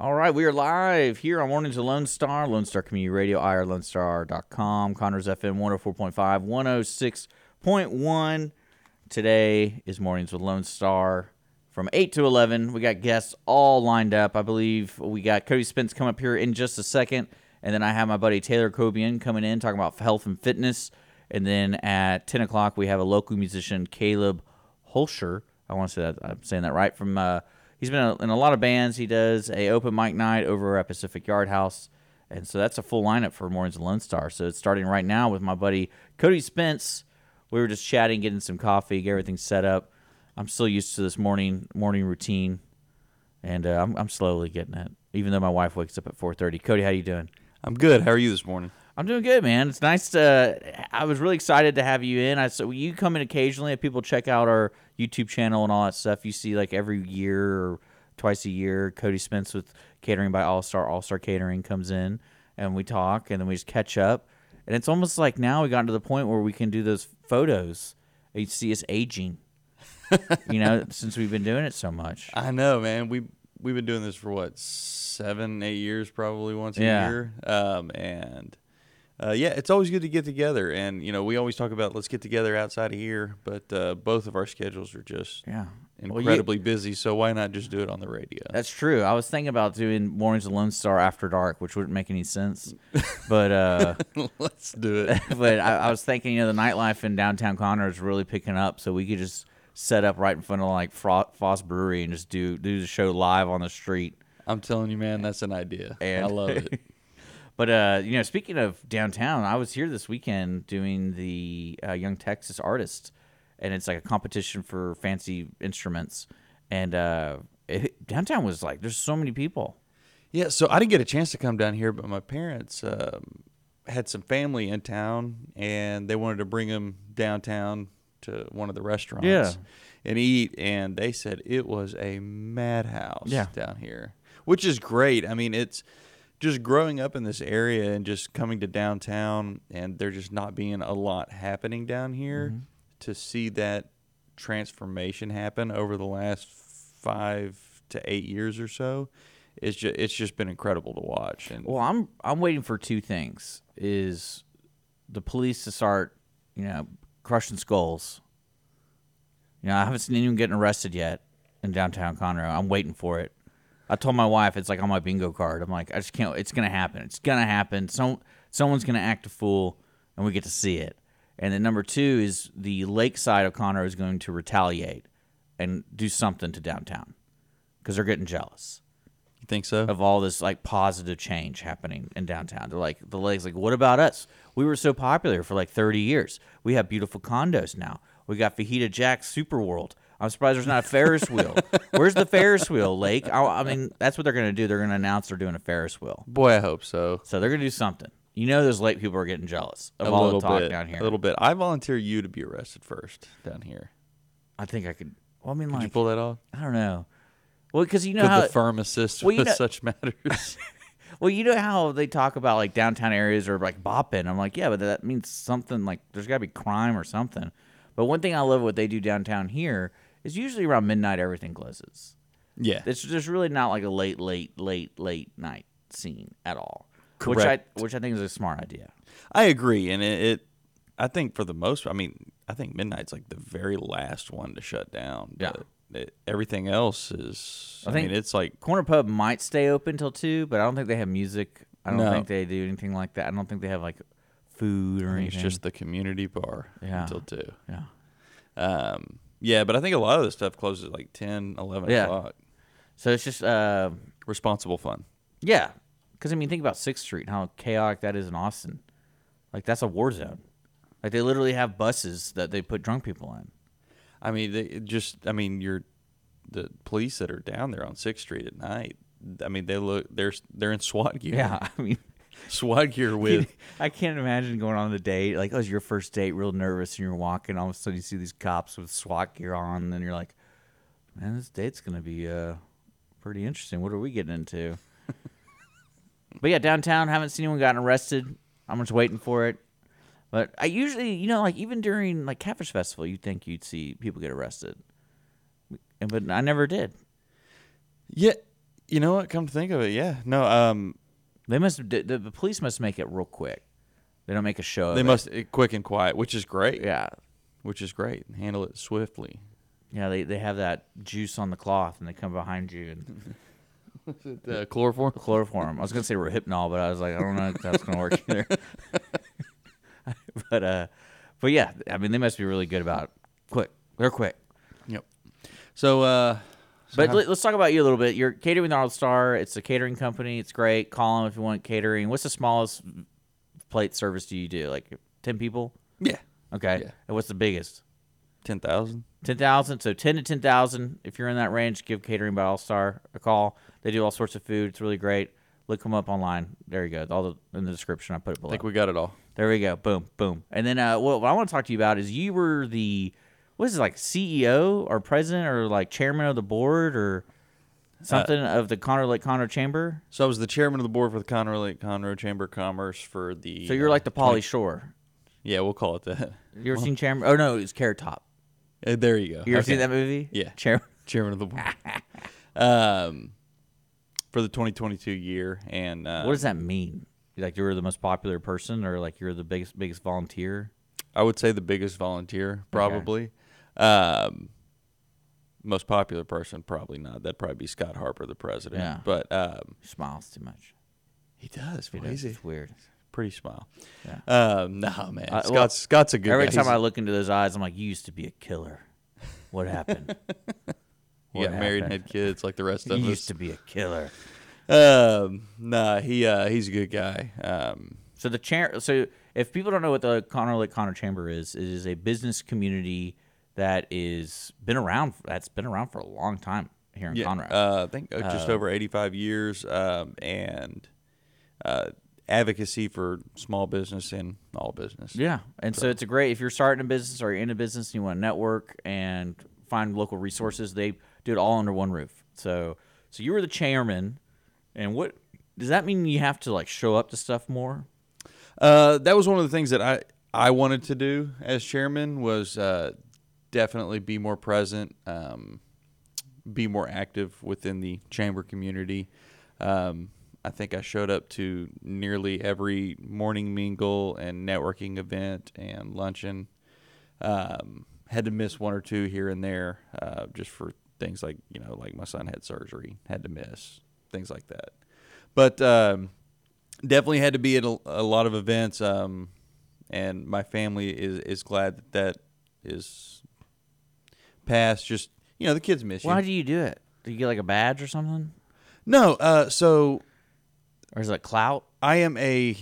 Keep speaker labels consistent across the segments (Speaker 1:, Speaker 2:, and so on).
Speaker 1: All right, we are live here on Mornings of Lone Star, Lone Star Community Radio, irlonestar.com, Connors FM 104.5, 106.1. Today is Mornings with Lone Star from 8 to 11. We got guests all lined up. I believe we got Cody Spence come up here in just a second. And then I have my buddy Taylor Cobian coming in talking about health and fitness. And then at 10 o'clock, we have a local musician, Caleb Holscher. I want to say that I'm saying that right. From uh, He's been in a lot of bands. He does a open mic night over at Pacific Yard House. And so that's a full lineup for Mornings and Lone Star. So it's starting right now with my buddy Cody Spence. We were just chatting, getting some coffee, get everything set up. I'm still used to this morning morning routine, and uh, I'm, I'm slowly getting it. Even though my wife wakes up at 4:30. Cody, how you doing?
Speaker 2: I'm good. How are you this morning?
Speaker 1: I'm doing good, man. It's nice to. I was really excited to have you in. I so you come in occasionally. If people check out our YouTube channel and all that stuff, you see like every year or twice a year, Cody Spence with Catering by All Star. All Star Catering comes in and we talk, and then we just catch up. And it's almost like now we gotten to the point where we can do those photos. and You see us aging, you know, since we've been doing it so much.
Speaker 2: I know, man. We we've been doing this for what seven, eight years, probably once
Speaker 1: Yeah.
Speaker 2: a year. Um, and uh, yeah, it's always good to get together. And you know, we always talk about let's get together outside of here, but uh, both of our schedules are just
Speaker 1: Yeah. Well, you-
Speaker 2: incredibly busy. So why not just do it on the radio?
Speaker 1: That's true. I was thinking about doing Mornings of Lone Star after dark, which wouldn't make any sense. But uh,
Speaker 2: let's do it.
Speaker 1: but I, I was thinking, you know, the nightlife in downtown Connor is really picking up, so we could just set up right in front of like Fro- Foss Brewery and just do do the show live on the street.
Speaker 2: I'm telling you, man, that's an idea.
Speaker 1: And-
Speaker 2: I love it.
Speaker 1: But uh, you know, speaking of downtown, I was here this weekend doing the uh, Young Texas Artist, and it's like a competition for fancy instruments, and uh, it, downtown was like there's so many people.
Speaker 2: Yeah, so I didn't get a chance to come down here, but my parents um, had some family in town, and they wanted to bring them downtown to one of the restaurants
Speaker 1: Yeah.
Speaker 2: and eat. And they said it was a madhouse
Speaker 1: Yeah.
Speaker 2: down here, which is great. I mean, it's just growing up in this area and just coming to downtown, and there just not being a lot happening down here to see that transformation happen over the last five to eight years or so. It's just it's just been incredible to watch, and
Speaker 1: Well, I'm I'm waiting for two things: is the police to start, you know, crushing skulls. You know, I haven't seen anyone getting arrested yet in downtown Conroe. I'm waiting for it. I told my wife it's like on my bingo card. I'm like, I just can't. It's gonna happen. It's gonna happen. Some someone's gonna act a fool, and we get to see it. And then number two is the lakeside of Conroe is going to retaliate and do something to downtown because they're getting jealous
Speaker 2: you think so?
Speaker 1: of all this like positive change happening in downtown. They're like the legs like, what about us? We were so popular for like 30 years. We have beautiful condos now. We got Fajita Jack's Super World. I'm surprised there's not a Ferris wheel. Where's the Ferris wheel, Lake? I, I mean, that's what they're gonna do. They're gonna announce they're doing a Ferris wheel.
Speaker 2: Boy, I hope so.
Speaker 1: So they're gonna do something. You know, those lake people are getting jealous of
Speaker 2: A
Speaker 1: all
Speaker 2: little
Speaker 1: the talk
Speaker 2: bit,
Speaker 1: down here.
Speaker 2: a little bit. I volunteer you to be arrested first down here.
Speaker 1: I think I could. Well, I mean,
Speaker 2: Could you
Speaker 1: like,
Speaker 2: pull that off?
Speaker 1: I don't know. Well, because you know
Speaker 2: Could
Speaker 1: how
Speaker 2: the firm assist
Speaker 1: Uh, Well, you
Speaker 2: with
Speaker 1: know-
Speaker 2: such matters?
Speaker 1: Well, you know how they talk about like downtown areas are like bopping. I'm like, yeah, but that means something like there's got to be crime or something. But one thing I love what they do downtown here is usually around midnight everything closes.
Speaker 2: yeah,
Speaker 1: It's just really not like a late, late, late, late night scene at all.
Speaker 2: Correct.
Speaker 1: Which I which I think is a smart idea.
Speaker 2: I agree, and it, it. I think for the most, I mean, I think midnight's like the very last one to shut down.
Speaker 1: Yeah.
Speaker 2: but it- everything else is.
Speaker 1: I
Speaker 2: I,
Speaker 1: think-
Speaker 2: mean, it's like
Speaker 1: Corner pub might stay open till two, but I don't think they have music. I don't
Speaker 2: No.
Speaker 1: think they do anything like that. I don't think they have like food or
Speaker 2: it's
Speaker 1: anything.
Speaker 2: just the community bar
Speaker 1: Yeah.
Speaker 2: until two.
Speaker 1: yeah.
Speaker 2: Um, yeah, but I think a lot of this stuff closes at like 10, 11
Speaker 1: Yeah.
Speaker 2: o'clock.
Speaker 1: So it's just. Uh,
Speaker 2: Responsible fun.
Speaker 1: Yeah, because I mean, think about Sixth Street and how chaotic that is in Austin. Like that's a war zone. Like they literally have buses that they put drunk people in.
Speaker 2: I mean, they it just. I mean, you're the police that are down there on Sixth Street at night. I mean, they look. They're they're in SWAT gear.
Speaker 1: Yeah, I mean,
Speaker 2: SWAT gear with
Speaker 1: I can't imagine going on a date like oh, it's your first date, real nervous, and you're walking. All of a sudden, you see these cops with SWAT gear on, and then you're like, man, this date's gonna be uh pretty interesting. What are we getting into? but yeah, downtown, haven't seen anyone gotten arrested. I'm just waiting for it. But I usually, you know, like even during like Catfish Festival, you'd think you'd see people get arrested, and but I never did.
Speaker 2: Yeah, You know what? Come to think of it, yeah. No, um,
Speaker 1: They must. The, the police must make it real quick. They don't make a show. of
Speaker 2: they
Speaker 1: it.
Speaker 2: must eh, quick and quiet, which is great.
Speaker 1: Yeah.
Speaker 2: which is great. Handle it swiftly.
Speaker 1: Yeah. They, they have that juice on the cloth, and they come behind you and
Speaker 2: The uh, chloroform.
Speaker 1: chloroform. I was gonna say rohypnol, but I was like, I don't know if that's gonna work either. but uh, but yeah. I mean, they must be really good about quick. They're quick.
Speaker 2: Yep. So, uh, so
Speaker 1: But
Speaker 2: how-
Speaker 1: let, us talk about you a little bit. You're catering with All Star. It's a catering company. It's great. Call them if you want catering. What's the smallest plate service do you do? Like ten people?
Speaker 2: yeah,
Speaker 1: Okay.
Speaker 2: Yeah.
Speaker 1: And what's the biggest?
Speaker 2: ten thousand.
Speaker 1: Ten thousand. So ten to ten thousand. If you're in that range, give Catering by All Star a call. They do all sorts of food. It's really great. Look them up online. There you go. All the in the description. I put it
Speaker 2: I
Speaker 1: below.
Speaker 2: think we got it all.
Speaker 1: There we go. Boom, boom. And then uh, what, what I want to talk to you about is you were the what is it like CEO or president or like chairman of the board or
Speaker 2: Uh,
Speaker 1: something of the Conroe Lake Conroe Chamber.
Speaker 2: So I was the chairman of the board for the Conroe Lake Conroe Chamber of Commerce for the.
Speaker 1: So you're
Speaker 2: uh,
Speaker 1: like the Polly Shore.
Speaker 2: yeah, we'll call it that.
Speaker 1: You ever seen Chairman? Oh no, it's Carrot Top.
Speaker 2: Uh, there you go.
Speaker 1: You ever
Speaker 2: Okay.
Speaker 1: seen that movie?
Speaker 2: Yeah.
Speaker 1: Chairman.
Speaker 2: Chairman of the board. um, for the 2022 year, and uh,
Speaker 1: What does that mean? Like you were the most popular person, or like you're the biggest biggest volunteer?
Speaker 2: I would say the biggest volunteer, probably. Um, most popular person, probably not. That'd probably be Scott Harper, the president.
Speaker 1: Yeah.
Speaker 2: But um,
Speaker 1: He smiles too much.
Speaker 2: he does.
Speaker 1: You know, It's weird.
Speaker 2: Pretty smile.
Speaker 1: Yeah. Uh,
Speaker 2: Um, no, man.
Speaker 1: well,
Speaker 2: Scott's Scott's a good
Speaker 1: Every
Speaker 2: guy.
Speaker 1: time
Speaker 2: He's-
Speaker 1: I look into those eyes, I'm like, "You used to be a killer. What happened?
Speaker 2: he got
Speaker 1: what
Speaker 2: married and
Speaker 1: happened?
Speaker 2: had kids like the rest
Speaker 1: you
Speaker 2: of
Speaker 1: used
Speaker 2: us.
Speaker 1: to be a killer."
Speaker 2: Um, nah, he uh, he's a good guy. Um,
Speaker 1: So the chair. So if people don't know what the Connor Lake Connor Chamber is, it is a business community that is been around. That's been around for a long time here in
Speaker 2: yeah,
Speaker 1: Conroe.
Speaker 2: uh, I think uh, just over 85 years, um, and uh, advocacy for small business and all business.
Speaker 1: yeah, and so. it's a great if you're starting a business or you're in a business and you want to network and find local resources. They do it all under one roof. So so you were the chairman, and what does that mean? You have to like show up to stuff more.
Speaker 2: Uh, that was one of the things that I I wanted to do as chairman was uh, definitely be more present, um, be more active within the chamber community. Um, I think I showed up to nearly every morning mingle and networking event and luncheon. Um, had to miss one or two here and there, uh, just for things like you know, like my son had surgery, had to miss things like that. But um, definitely had to be at a, a lot of events, um, and my family is is glad that that is past. Just you know, the kids miss
Speaker 1: Why
Speaker 2: you.
Speaker 1: do you do it? Do you get like a badge or something,
Speaker 2: No, uh, so
Speaker 1: or is it clout?
Speaker 2: I am a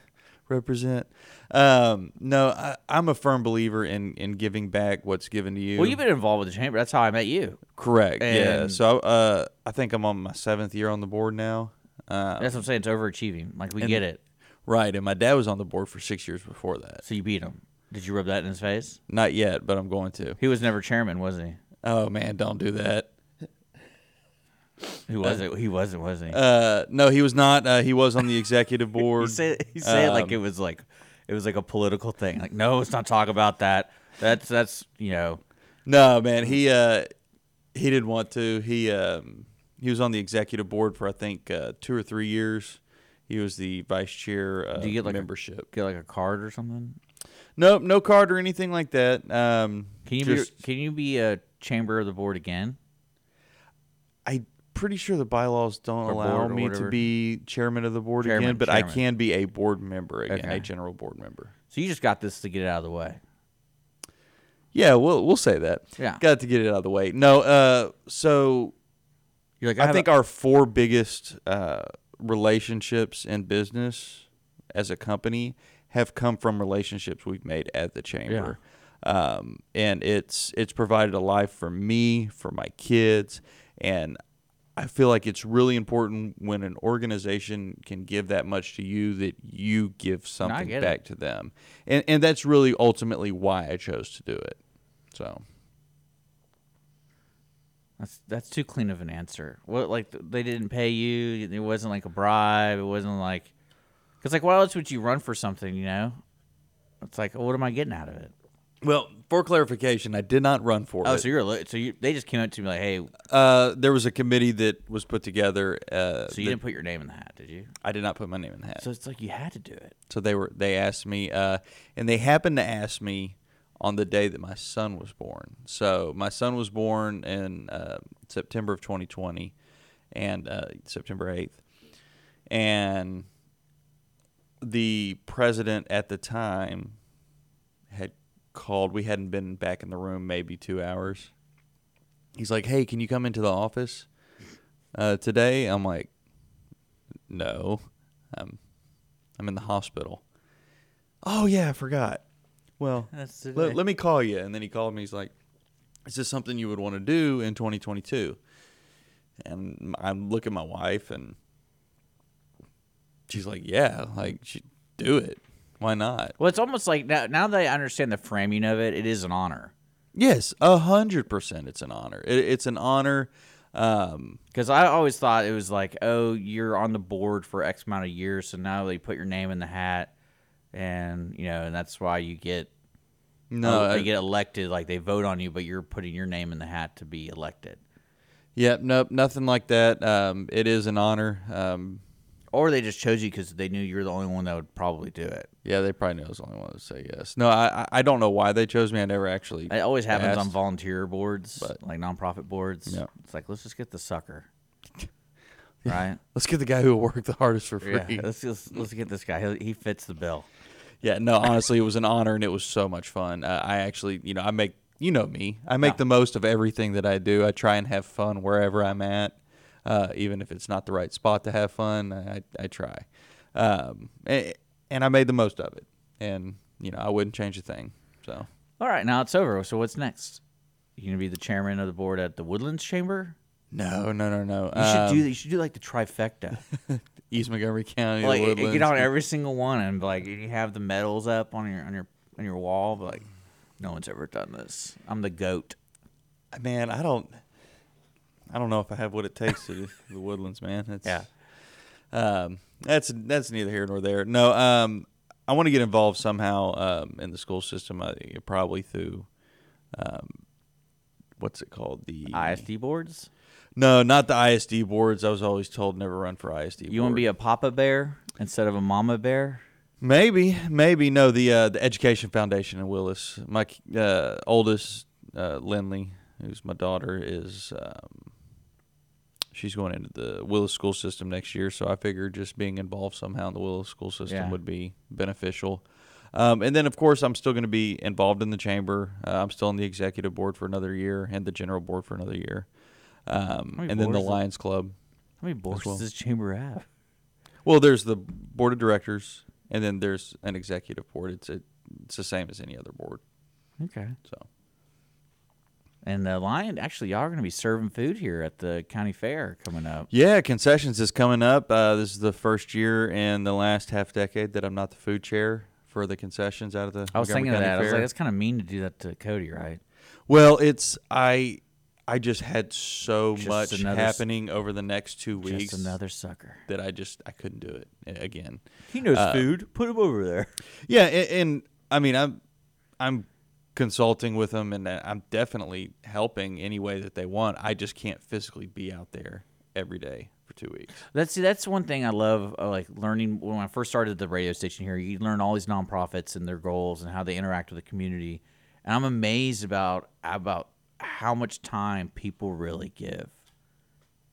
Speaker 2: represent. Um, no, I, I'm a firm believer in in giving back what's given to you.
Speaker 1: Well, you've been involved with the chamber. That's how I met you.
Speaker 2: correct. yeah.
Speaker 1: and-
Speaker 2: So uh, I think I'm on my seventh year on the board now. Uh,
Speaker 1: That's what I'm saying. It's overachieving. Like we get it.
Speaker 2: right, and my dad was on the board for six years before that.
Speaker 1: So you beat him. Did you rub that in his face?
Speaker 2: Not yet, but I'm going to.
Speaker 1: He was never chairman, was he?
Speaker 2: Oh man, don't do that.
Speaker 1: He wasn't. He wasn't, was he?
Speaker 2: Uh, no, he was not. Uh, he was on the executive board.
Speaker 1: he said. He said like it was like, it was like a political thing. Like no, let's not talk about that. That's that's you know.
Speaker 2: No, man, he uh, he didn't want to. He um, he was on the executive board for I think uh, two or three years. He was the vice chair uh,
Speaker 1: Do you get, like, a-
Speaker 2: membership.
Speaker 1: Get like a card or something.
Speaker 2: Nope, no card or anything like that. Um,
Speaker 1: Can you
Speaker 2: just,
Speaker 1: be? Can you be a chamber of the board again?
Speaker 2: I'm pretty sure the bylaws don't
Speaker 1: Or
Speaker 2: allow
Speaker 1: board or
Speaker 2: me to
Speaker 1: whatever.
Speaker 2: be chairman of the board
Speaker 1: Chairman,
Speaker 2: again, but I
Speaker 1: chairman.
Speaker 2: can be a board member again,
Speaker 1: Okay.
Speaker 2: a general board member.
Speaker 1: So you just got this to get it out of the way.
Speaker 2: Yeah, we'll we'll say that.
Speaker 1: Yeah.
Speaker 2: got to get it out of the way. No, uh, so
Speaker 1: You're like I,
Speaker 2: I,
Speaker 1: have
Speaker 2: think
Speaker 1: a-
Speaker 2: our four biggest uh, relationships in business as a company have come from relationships we've made at the chamber. Um, and it's it's provided a life for me, for my kids, and I feel like it's really important when an organization can give that much to you that you give something
Speaker 1: get it.
Speaker 2: back to them. And and that's really ultimately why I chose to do it. So
Speaker 1: that's that's too clean of an answer. What like th- they didn't pay you? It wasn't like a bribe. It wasn't like, because like why else would you run for something? You know, it's like what am I getting out of it?
Speaker 2: Well, for clarification, I did not run for
Speaker 1: Oh,
Speaker 2: it.
Speaker 1: so you're a li- so you, they just came up to me like, hey, so
Speaker 2: Uh, there was a committee that was put together. Uh,
Speaker 1: you
Speaker 2: that-
Speaker 1: didn't put your name in the hat, did you?
Speaker 2: I did not put my name in the hat.
Speaker 1: So it's like you had to do it.
Speaker 2: So they were they asked me, uh, and they happened to ask me on the day that my son was born. So my son was born in uh, September of 2020, and uh, September 8th, and the president at the time had called. We hadn't been back in the room maybe two hours. He's like, "Hey, can you come into the office uh, today?" I'm like, "No, I'm I'm in the hospital." Oh yeah, I forgot. Well,
Speaker 1: That's
Speaker 2: let,
Speaker 1: today.
Speaker 2: let me call you. And then he called me. He's like, "Is this something you would want to do in 2022?" And I'm looking at my wife, and she's like, "Yeah, like she, do it. Why not?"
Speaker 1: Well, it's almost like now, now that I understand the framing of it, it is an honor.
Speaker 2: Yes, a hundred percent. It's an honor. It, it's an honor. Um,
Speaker 1: Because I always thought it was like, oh, you're on the board for X amount of years, so now they put your name in the hat, and you know, and that's why you get oh,
Speaker 2: no,
Speaker 1: they
Speaker 2: I-
Speaker 1: get elected, like they vote on you, but you're putting your name in the hat to be elected,
Speaker 2: yep, nope, nothing like that. Um, it is an honor. Um,
Speaker 1: or they just chose you because they knew you're the only one that would probably do it.
Speaker 2: yeah, they probably knew I was the only one to say yes. No, I, I- I don't know why they chose me. I never actually.
Speaker 1: It always happens on
Speaker 2: asked.
Speaker 1: volunteer boards,
Speaker 2: But-
Speaker 1: like nonprofit boards.
Speaker 2: Yeah.
Speaker 1: It's like let's just get the sucker, right?
Speaker 2: Let's get the guy who worked the hardest for free.
Speaker 1: yeah, let's just let's get this guy. He, he fits the bill.
Speaker 2: Yeah, no, honestly, it was an honor and it was so much fun. Uh, I actually, you know, I make, you know me, I make the most of everything that I do. I try and have fun wherever I'm at, uh, even if it's not the right spot to have fun. I, I try. Um, and, and I made the most of it. And, you know, I wouldn't change a thing. So,
Speaker 1: All right, now it's over. So what's next? You gonna be the chairman of the board at the Woodlands Chamber? Um,
Speaker 2: no, no, no, no. Um,
Speaker 1: You should do. You should do like the trifecta.
Speaker 2: East Montgomery County, the
Speaker 1: like you
Speaker 2: Woodlands.
Speaker 1: get on every single one and be like you have the medals up on your on your on your wall. But like no one's ever done this. I'm the goat.
Speaker 2: man, I don't. I don't know if I have what it takes to do the woodlands, man. It's,
Speaker 1: Yeah.
Speaker 2: Um, that's that's neither here nor there. No, um, I want to get involved somehow um, in the school system, uh, probably through, um, what's it called? The
Speaker 1: ISD boards.
Speaker 2: No, not the ISD boards. I was always told never run for ISD.
Speaker 1: You want to
Speaker 2: board.
Speaker 1: be a papa bear instead of a mama bear?
Speaker 2: Maybe, maybe no. The uh, the Education Foundation in Willis. My uh, oldest, uh, Lindley, who's my daughter, is um, she's going into the Willis school system next year. So I figure just being involved somehow in the Willis school system
Speaker 1: Yeah.
Speaker 2: would be beneficial. Um, and then, of course, I'm still going to be involved in the chamber. Uh, I'm still on the executive board for another year and the general board for another year. Um,
Speaker 1: many
Speaker 2: and then the
Speaker 1: boards-
Speaker 2: Lions Club.
Speaker 1: How many boards
Speaker 2: well.
Speaker 1: does this chamber have?
Speaker 2: Well, there's the board of directors, and then there's an executive board. It's it, it's the same as any other board.
Speaker 1: Okay.
Speaker 2: So
Speaker 1: And the lion. Actually, y'all are gonna be serving food here at the county fair coming up.
Speaker 2: yeah, concessions is coming up. Uh, this is the first year in the last half decade that I'm not the food chair for the concessions out of the.
Speaker 1: I was
Speaker 2: Montgomery
Speaker 1: thinking of
Speaker 2: County
Speaker 1: that. I was
Speaker 2: Fair.
Speaker 1: like, that's kind of mean to do that to Cody, right?
Speaker 2: well, it's I. I just had so
Speaker 1: Just
Speaker 2: much
Speaker 1: another s-
Speaker 2: happening over the next two weeks
Speaker 1: Just another sucker.
Speaker 2: that I just I couldn't do it uh, again.
Speaker 1: He knows food. Put him over there.
Speaker 2: Yeah, and, and I mean, I'm I'm consulting with them, and uh, I'm definitely helping any way that they want. I just can't physically be out there every day for two weeks.
Speaker 1: That's see, that's one thing I love. uh, Like learning when I first started the radio station here, you learn all these nonprofits and their goals and how they interact with the community. And I'm amazed about about how much time people really give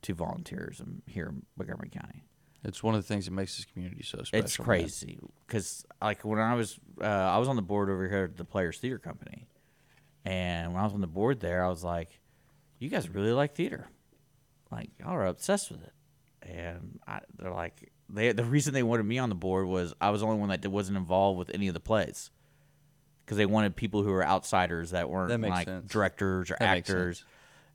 Speaker 1: to volunteerism here in Montgomery County.
Speaker 2: It's one of the things that makes this community so special.
Speaker 1: It's
Speaker 2: man.
Speaker 1: crazy because like when I was uh, I was on the board over here at the Players Theater Company, and when I was on the board there, I was like, "You guys really like theater, like y'all are obsessed with it." And I, they're like, they the reason they wanted me on the board was I was the only one that wasn't involved with any of the plays because they wanted people who were outsiders that weren't
Speaker 2: That makes
Speaker 1: like
Speaker 2: sense.
Speaker 1: directors or
Speaker 2: That makes
Speaker 1: actors.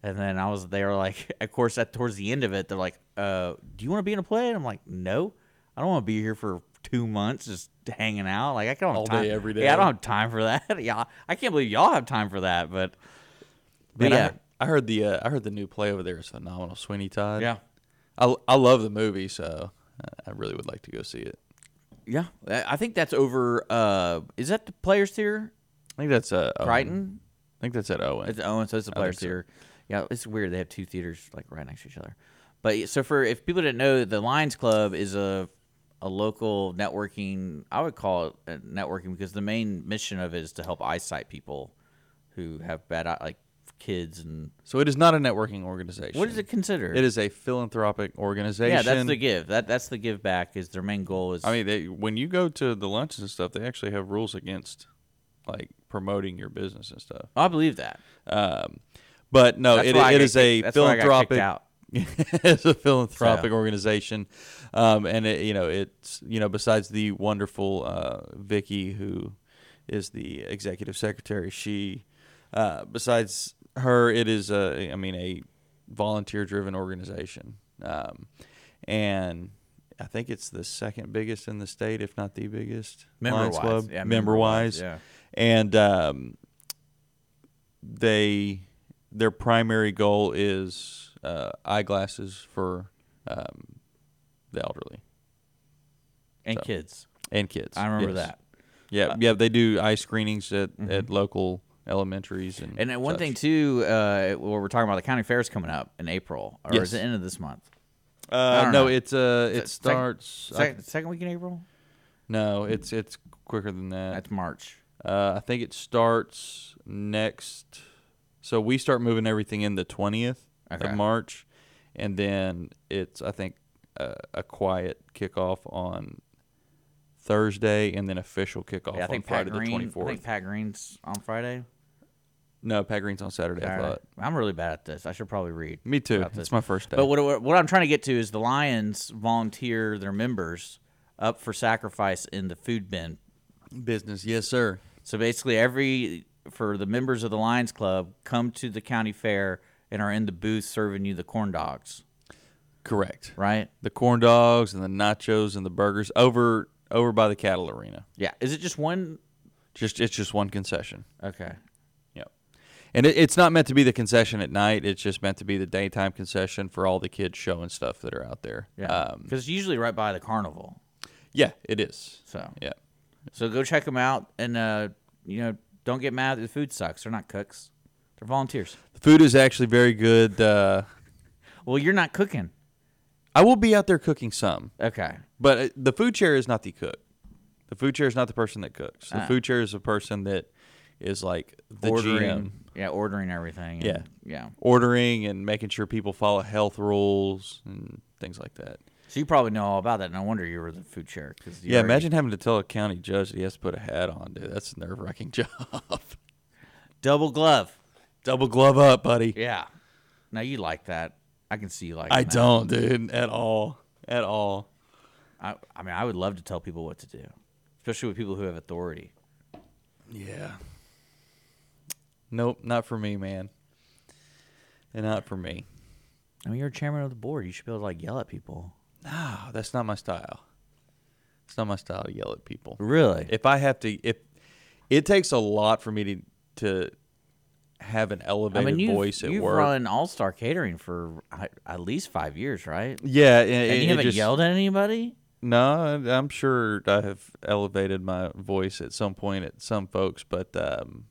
Speaker 1: And then I was there, like, of course, at towards the end of it, they're like, uh, "Do you want to be in a play?" And I'm like, "No, I don't want to be here for two months just hanging out. Like, I don't have
Speaker 2: All
Speaker 1: time.
Speaker 2: day, every
Speaker 1: Yeah, I
Speaker 2: day.
Speaker 1: don't have time for that. yeah, I can't believe y'all have time for that. But, but
Speaker 2: Man,
Speaker 1: yeah,
Speaker 2: I, I heard the uh, I heard the new play over there is phenomenal, Sweeney Todd.
Speaker 1: yeah,
Speaker 2: I, I love the movie, so uh, I I really would like to go see it.
Speaker 1: yeah. I I think that's over. Uh, is that the Players Theater?
Speaker 2: I think that's a Owen.
Speaker 1: Crichton.
Speaker 2: I think that's at Owen.
Speaker 1: It's Owen, so it's the
Speaker 2: I
Speaker 1: Players
Speaker 2: think so.
Speaker 1: Theater. Yeah, it's weird. They have two theaters like right next to each other. But yeah, so for if people didn't know, the Lions Club is a a local networking. I would call it a networking because the main mission of it is to help eyesight people who have bad eye, like kids and
Speaker 2: so it is not a networking organization.
Speaker 1: what is it considered?
Speaker 2: It is a philanthropic organization.
Speaker 1: Yeah, that's the give. That that's the give back. Is their main goal is
Speaker 2: I mean, they when you go to the lunches and stuff, they actually have rules against like promoting your business and stuff.
Speaker 1: Oh, I believe that.
Speaker 2: Um, but no,
Speaker 1: That's
Speaker 2: it,
Speaker 1: why I
Speaker 2: it
Speaker 1: got
Speaker 2: is a
Speaker 1: kicked- that's why I got kicked
Speaker 2: philanthropic.
Speaker 1: out.
Speaker 2: it's a philanthropic organization, um, and it, you know it's you know besides the wonderful uh, Vicky who is the executive secretary, she uh, besides her, it is a I mean a volunteer driven organization, um, and I think it's the second biggest in the state, if not the biggest. Lions
Speaker 1: Member-wise.
Speaker 2: Club,
Speaker 1: Yeah,
Speaker 2: member
Speaker 1: member-wise,
Speaker 2: wise,
Speaker 1: yeah.
Speaker 2: and um, they their primary goal is uh, eyeglasses for um, the elderly
Speaker 1: And kids.
Speaker 2: and kids.
Speaker 1: I remember
Speaker 2: Yes.
Speaker 1: that. Uh, mm-hmm.
Speaker 2: Yeah, yeah, they do eye screenings at, at local elementaries and
Speaker 1: And then one
Speaker 2: such.
Speaker 1: thing too, uh, well, we're talking about the county fair's coming up in April, or
Speaker 2: Yes.
Speaker 1: is it end of this month? I
Speaker 2: Uh,
Speaker 1: don't
Speaker 2: no,
Speaker 1: know.
Speaker 2: it's uh,
Speaker 1: Sec-
Speaker 2: it starts. I-
Speaker 1: Second, second week in April?
Speaker 2: no, it's it's quicker than that.
Speaker 1: That's March.
Speaker 2: Uh, I think it starts next. So we start moving everything in the twentieth
Speaker 1: Okay.
Speaker 2: of March, and then it's I think uh, a quiet kickoff on Thursday, and then official kickoff
Speaker 1: Yeah, I
Speaker 2: on
Speaker 1: think
Speaker 2: Oh, Friday
Speaker 1: Pat Green.
Speaker 2: the twenty
Speaker 1: I
Speaker 2: fourth.
Speaker 1: think Pat Green's on Friday.
Speaker 2: No, Pat Green's on Saturday. I
Speaker 1: Saturday.
Speaker 2: thought.
Speaker 1: I'm really bad at this. I should probably read.
Speaker 2: Me too.
Speaker 1: about
Speaker 2: It's
Speaker 1: this.
Speaker 2: my first day.
Speaker 1: But what, what what I'm trying to get to is the Lions volunteer their members up for sacrifice in the food bin
Speaker 2: business? Yes, sir.
Speaker 1: So basically, every for the members of the Lions Club come to the county fair and are in the booth serving you the corn dogs,
Speaker 2: Correct.
Speaker 1: right?
Speaker 2: The corn dogs and the nachos and the burgers over over by the cattle arena.
Speaker 1: Yeah. Is it just one?
Speaker 2: Just it's just one concession.
Speaker 1: Okay.
Speaker 2: Yep. And it, it's not meant to be the concession at night. It's just meant to be the daytime concession for all the kids showing stuff that are out there.
Speaker 1: Yeah.
Speaker 2: Um,
Speaker 1: Because it's usually right by the carnival.
Speaker 2: yeah, it is.
Speaker 1: So
Speaker 2: Yeah.
Speaker 1: so go check them out and uh, you know don't get mad that the food sucks. They're not cooks. They're volunteers.
Speaker 2: The food is actually very good. Uh,
Speaker 1: Well, you're not cooking.
Speaker 2: I will be out there cooking some,
Speaker 1: Okay.
Speaker 2: but uh, the food chair is not the cook. The food chair is not the person that cooks. The food chair is the person that is like the GM.
Speaker 1: Yeah, ordering everything. and-
Speaker 2: Yeah.
Speaker 1: Yeah.
Speaker 2: ordering and making sure people follow health rules and things like that.
Speaker 1: So you probably know all about that. No wonder you were the food chair. 'cause you
Speaker 2: yeah,
Speaker 1: already-
Speaker 2: imagine having to tell a county judge that he has to put a hat on, dude. That's a nerve wracking job.
Speaker 1: double glove.
Speaker 2: Double glove up, buddy.
Speaker 1: Yeah. Now you like that. I can see you like
Speaker 2: I
Speaker 1: that.
Speaker 2: don't, dude, at all. At all.
Speaker 1: I, I mean, I would love to tell people what to do, especially with people who have authority.
Speaker 2: Yeah. Nope, not for me, man. And not for me.
Speaker 1: I mean, you're a chairman of the board. You should be able to like yell at people.
Speaker 2: No, Ah, that's not my style. It's not my style to yell at people.
Speaker 1: Really?
Speaker 2: If I have to if it takes a lot for me to to have an
Speaker 1: I
Speaker 2: elevated
Speaker 1: mean, you've,
Speaker 2: voice at
Speaker 1: you've
Speaker 2: work.
Speaker 1: run All Star Catering for I- at least five years, right?
Speaker 2: Yeah, and,
Speaker 1: And
Speaker 2: it-
Speaker 1: you
Speaker 2: it
Speaker 1: haven't
Speaker 2: just-
Speaker 1: yelled at anybody.
Speaker 2: No, I'm sure I have elevated my voice at some point at some folks, but um,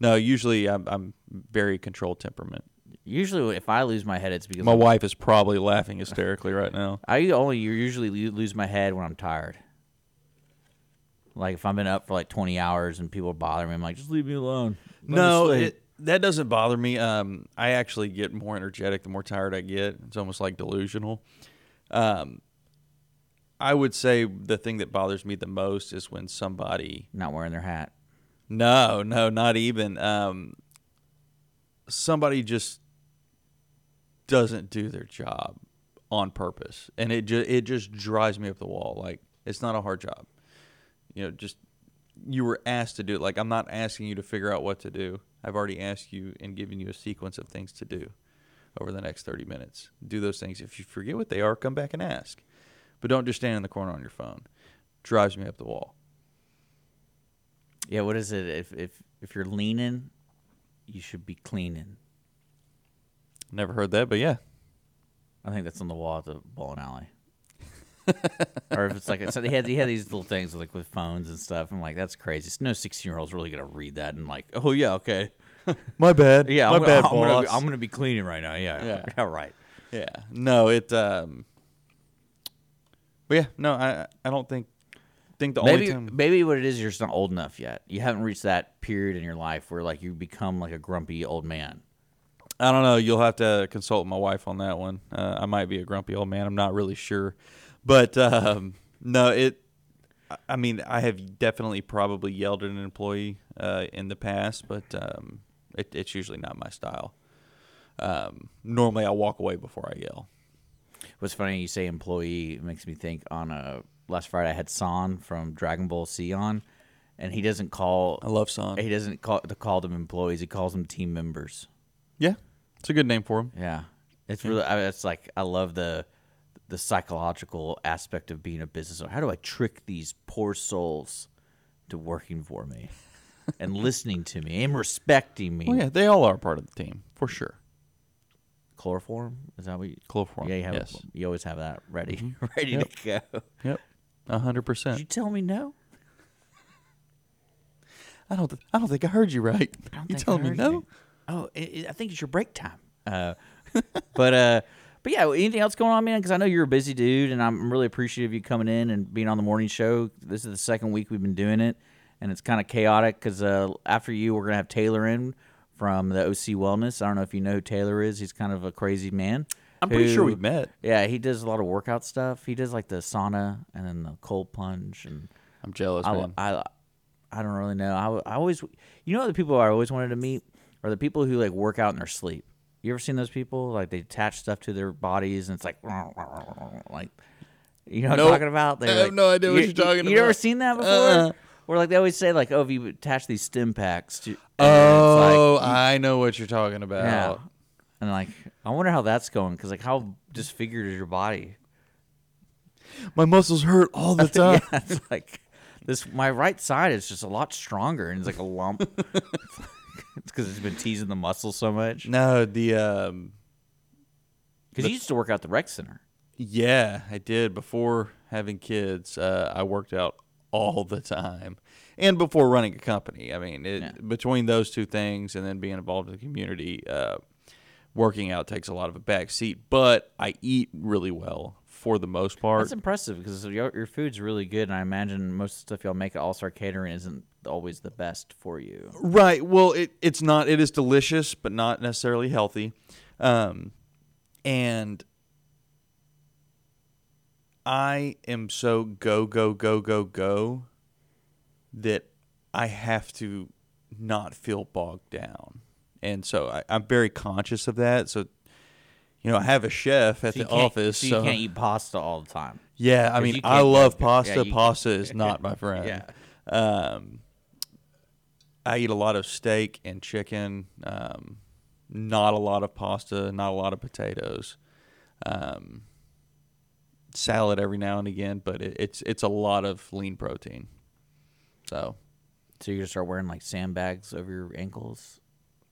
Speaker 2: no, usually I'm, I'm very controlled temperament.
Speaker 1: Usually, if I lose my head, it's because
Speaker 2: My wife is probably laughing hysterically right now.
Speaker 1: I only usually lo- lose my head when I'm tired. Like if I've been up for like 20 hours and people bother me, I'm like, just leave me alone. Let me
Speaker 2: no,
Speaker 1: sleep."
Speaker 2: it, that doesn't bother me. Um, I actually get more energetic the more tired I get. It's almost like delusional. Um, I would say the thing that bothers me the most is when somebody
Speaker 1: not wearing their hat.
Speaker 2: No, no, not even. Um, somebody just doesn't do their job on purpose, and it ju- it just drives me up the wall. Like it's not a hard job, you know. Just you were asked to do it. Like I'm not asking you to figure out what to do. I've already asked you and given you a sequence of things to do over the next 30 minutes. Do those things. If you forget what they are, come back and ask. But don't just stand in the corner on your phone. Drives me up the wall.
Speaker 1: Yeah, what is it? If if if you're leaning, you should be cleaning.
Speaker 2: Never heard that, but yeah.
Speaker 1: I think that's on the wall at the bowling alley. or if it's like so they had he had these little things like with phones and stuff. I'm like, that's crazy. So no 16 year old's really gonna read that and like, oh yeah, okay,
Speaker 2: My bad.
Speaker 1: yeah,
Speaker 2: My
Speaker 1: I'm,
Speaker 2: bad,
Speaker 1: gonna, I'm, gonna,
Speaker 2: boss.
Speaker 1: I'm gonna be cleaning right now. Yeah, yeah,
Speaker 2: Yeah.
Speaker 1: right.
Speaker 2: Yeah. No, it. Um, but yeah, no, I I don't think think the
Speaker 1: Maybe
Speaker 2: only time.
Speaker 1: maybe what it is, you're just not old enough yet. You haven't reached that period in your life where like you become like a grumpy old man.
Speaker 2: I don't know. You'll have to consult my wife on that one. Uh, I might be a grumpy old man. I'm not really sure, but um, no, it. I- I mean, I have definitely probably yelled at an employee uh, in the past, but um, it, it's usually not my style. Um, normally, I walk away before I yell.
Speaker 1: What's funny, you say employee it makes me think on a last Friday I had San from Dragon Ball C on, and he doesn't call
Speaker 2: I love Son.
Speaker 1: he doesn't call to call them employees. He calls them team members.
Speaker 2: Yeah, it's a good name for him.
Speaker 1: Yeah, it's really I, it's like I love the the psychological aspect of being a business owner. How do I trick these poor souls to working for me and listening to me and respecting me?
Speaker 2: Well, Oh, yeah, they all are part of the team for sure.
Speaker 1: Chloroform Mm-hmm. is that what? You,
Speaker 2: Chloroform.
Speaker 1: yeah, you have
Speaker 2: yes.
Speaker 1: you always have that ready ready to go.
Speaker 2: Yep. A
Speaker 1: Did
Speaker 2: hundred
Speaker 1: you
Speaker 2: percent.
Speaker 1: tell me no?
Speaker 2: I don't. Th- I don't think I heard you right.
Speaker 1: I don't
Speaker 2: You
Speaker 1: think I
Speaker 2: telling me
Speaker 1: heard
Speaker 2: no?
Speaker 1: you. Oh, i i I think it's your break time. Uh, but uh, but yeah, anything else going on, man? Because I know you're a busy dude, and I'm really appreciative of you coming in and being on the morning show. This is the second week we've been doing it, and it's kind of chaotic because uh, after you, we're gonna have Taylor in from the OC Wellness. I don't know if you know who Taylor is. He's kind of a crazy man.
Speaker 2: I'm pretty sure
Speaker 1: who-
Speaker 2: we met.
Speaker 1: Yeah, he does a lot of workout stuff. He does like the sauna and then the cold plunge and.
Speaker 2: I'm jealous,
Speaker 1: I,
Speaker 2: man.
Speaker 1: I, I don't really know. I, I always, you know, the people I always wanted to meet are the people who like work out in their sleep. You ever seen those people? Like they attach stuff to their bodies and it's like, like, you know what
Speaker 2: Nope.
Speaker 1: I'm talking about? They're
Speaker 2: I have
Speaker 1: like-
Speaker 2: no idea what
Speaker 1: you-
Speaker 2: you're talking
Speaker 1: You ever
Speaker 2: about.
Speaker 1: seen that before?
Speaker 2: Uh-uh.
Speaker 1: Or like they always say, like, oh, if you attach these stim packs to. and it's like-
Speaker 2: oh, I know what you're talking about.
Speaker 1: yeah. And like, I wonder how that's going because like, how disfigured is your body?
Speaker 2: My muscles hurt all the time.
Speaker 1: yeah, it's like this. My right side is just a lot stronger, and it's like a lump. it's because it's been teasing the muscle so much.
Speaker 2: No, the um,
Speaker 1: Because you used to work out the rec center.
Speaker 2: yeah, I did before having kids. Uh, I worked out all the time, and before running a company. I mean, it,
Speaker 1: Yeah.
Speaker 2: between those two things, and then being involved in the community, uh, working out takes a lot of a back seat. But I eat really well for the most part.
Speaker 1: That's impressive because your, your food's really good, and I imagine most of the stuff y'all make at All Star Catering isn't always the best for you.
Speaker 2: Right. Well, it, it's not. It is delicious, but not necessarily healthy. Um, and I am so go go go go go that I have to not feel bogged down, and so I, I'm very conscious of that. So, you know, I have a chef at
Speaker 1: So you
Speaker 2: the
Speaker 1: can't-
Speaker 2: office.
Speaker 1: so
Speaker 2: So,
Speaker 1: you can't eat pasta all the time.
Speaker 2: yeah, I
Speaker 1: 'Cause
Speaker 2: mean,
Speaker 1: you
Speaker 2: I
Speaker 1: can't
Speaker 2: love
Speaker 1: go- yeah,
Speaker 2: pasta.
Speaker 1: you-
Speaker 2: pasta is not my friend.
Speaker 1: Yeah.
Speaker 2: Um, I eat a lot of steak and chicken. Um, not a lot of pasta. Not a lot of potatoes. Um, salad every now and again, but it, it's it's a lot of lean protein. So
Speaker 1: So you're gonna start wearing like sandbags over your ankles.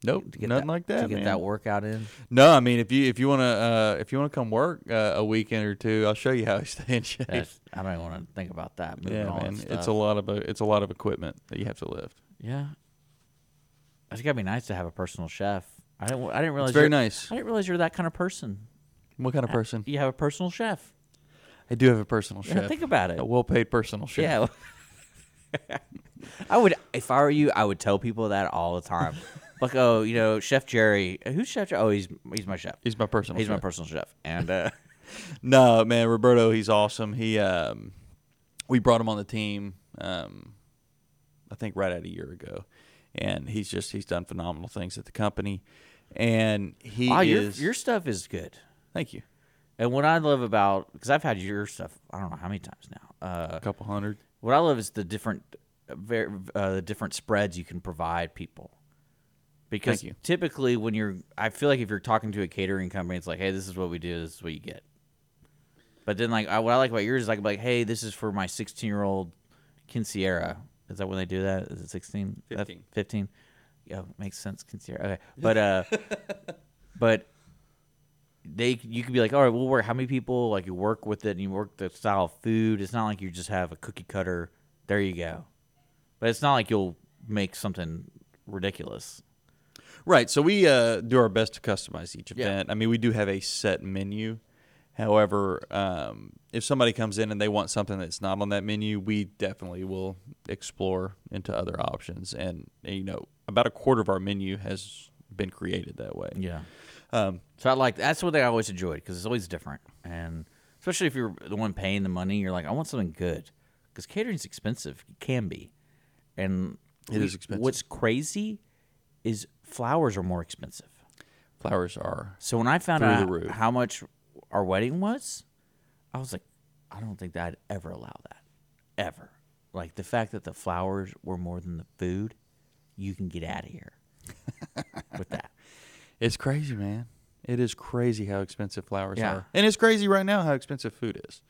Speaker 2: nope,
Speaker 1: to get
Speaker 2: nothing like that.
Speaker 1: To get
Speaker 2: man.
Speaker 1: that workout in.
Speaker 2: no, I mean if you if you wanna uh, if you wanna come work uh, a weekend or two, I'll show you how I stay in shape.
Speaker 1: That's- I don't even want to think about that. Moving
Speaker 2: yeah,
Speaker 1: all that
Speaker 2: man,
Speaker 1: stuff.
Speaker 2: it's a lot of uh, it's a lot of equipment that you have to lift.
Speaker 1: Yeah, it's gotta be nice to have a personal chef. I didn't. I didn't realize.
Speaker 2: very
Speaker 1: you're-
Speaker 2: nice.
Speaker 1: I didn't realize you're that kind of person.
Speaker 2: What kind of person?
Speaker 1: You have a personal chef.
Speaker 2: I do have a personal
Speaker 1: Yeah,
Speaker 2: chef.
Speaker 1: think about it.
Speaker 2: A well-paid personal chef.
Speaker 1: Yeah. I would, if I were you, I would tell people that all the time. like, oh, you know, Chef Jerry. Who's Chef? Jer- Oh, he's he's my chef.
Speaker 2: He's my personal
Speaker 1: He's my
Speaker 2: chef.
Speaker 1: personal chef. And uh,
Speaker 2: no, man, Roberto, he's awesome. He um we brought him on the team um I think right at a year ago. And he's just he's done phenomenal things at the company. And he
Speaker 1: wow, your
Speaker 2: is
Speaker 1: your stuff is good.
Speaker 2: thank you.
Speaker 1: And what I love about, because I've had your stuff, I don't know how many times now. Uh,
Speaker 2: A couple hundred.
Speaker 1: What I love is the different, uh, ver- uh, the different spreads you can provide people. Because
Speaker 2: Thank you.
Speaker 1: typically, when you're, I feel like if you're talking to a catering company, it's like, hey, this is what we do, this is what you get. But then, like, I, what I like about yours is like, like, hey, this is for my 16 year old Kinsierra. Is that when they do that? Is it 16?
Speaker 2: 15.
Speaker 1: 15. Yeah, makes sense. Kinsierra. Okay, but uh, but they you could be like, all right, we'll work. How many people like you work with it and you work the style of food? It's not like you just have a cookie cutter. There you go. But it's not like you'll make something ridiculous.
Speaker 2: Right. So we uh, do our best to customize each
Speaker 1: Yeah.
Speaker 2: event. I mean, we do have a set menu. However, um, if somebody comes in and they want something that's not on that menu, we definitely will explore into other options. And, and, you know, about a quarter of our menu has been created that way.
Speaker 1: Yeah.
Speaker 2: Um,
Speaker 1: So I like that's what I always enjoyed because it's always different, and especially if you're the one paying the money, you're like, I want something good because catering's expensive. It can be, and
Speaker 2: It
Speaker 1: we-
Speaker 2: is expensive.
Speaker 1: What's crazy is flowers are more expensive.
Speaker 2: flowers are
Speaker 1: So when I found
Speaker 2: Through the
Speaker 1: out
Speaker 2: roof.
Speaker 1: how much our wedding was, I was like, I don't think that I'd ever allow that, ever. Like the fact that the flowers were more than the food, you can get out of here with that.
Speaker 2: It's crazy, man. It is crazy how expensive flowers
Speaker 1: Yeah.
Speaker 2: are. And it's crazy right now how expensive food is.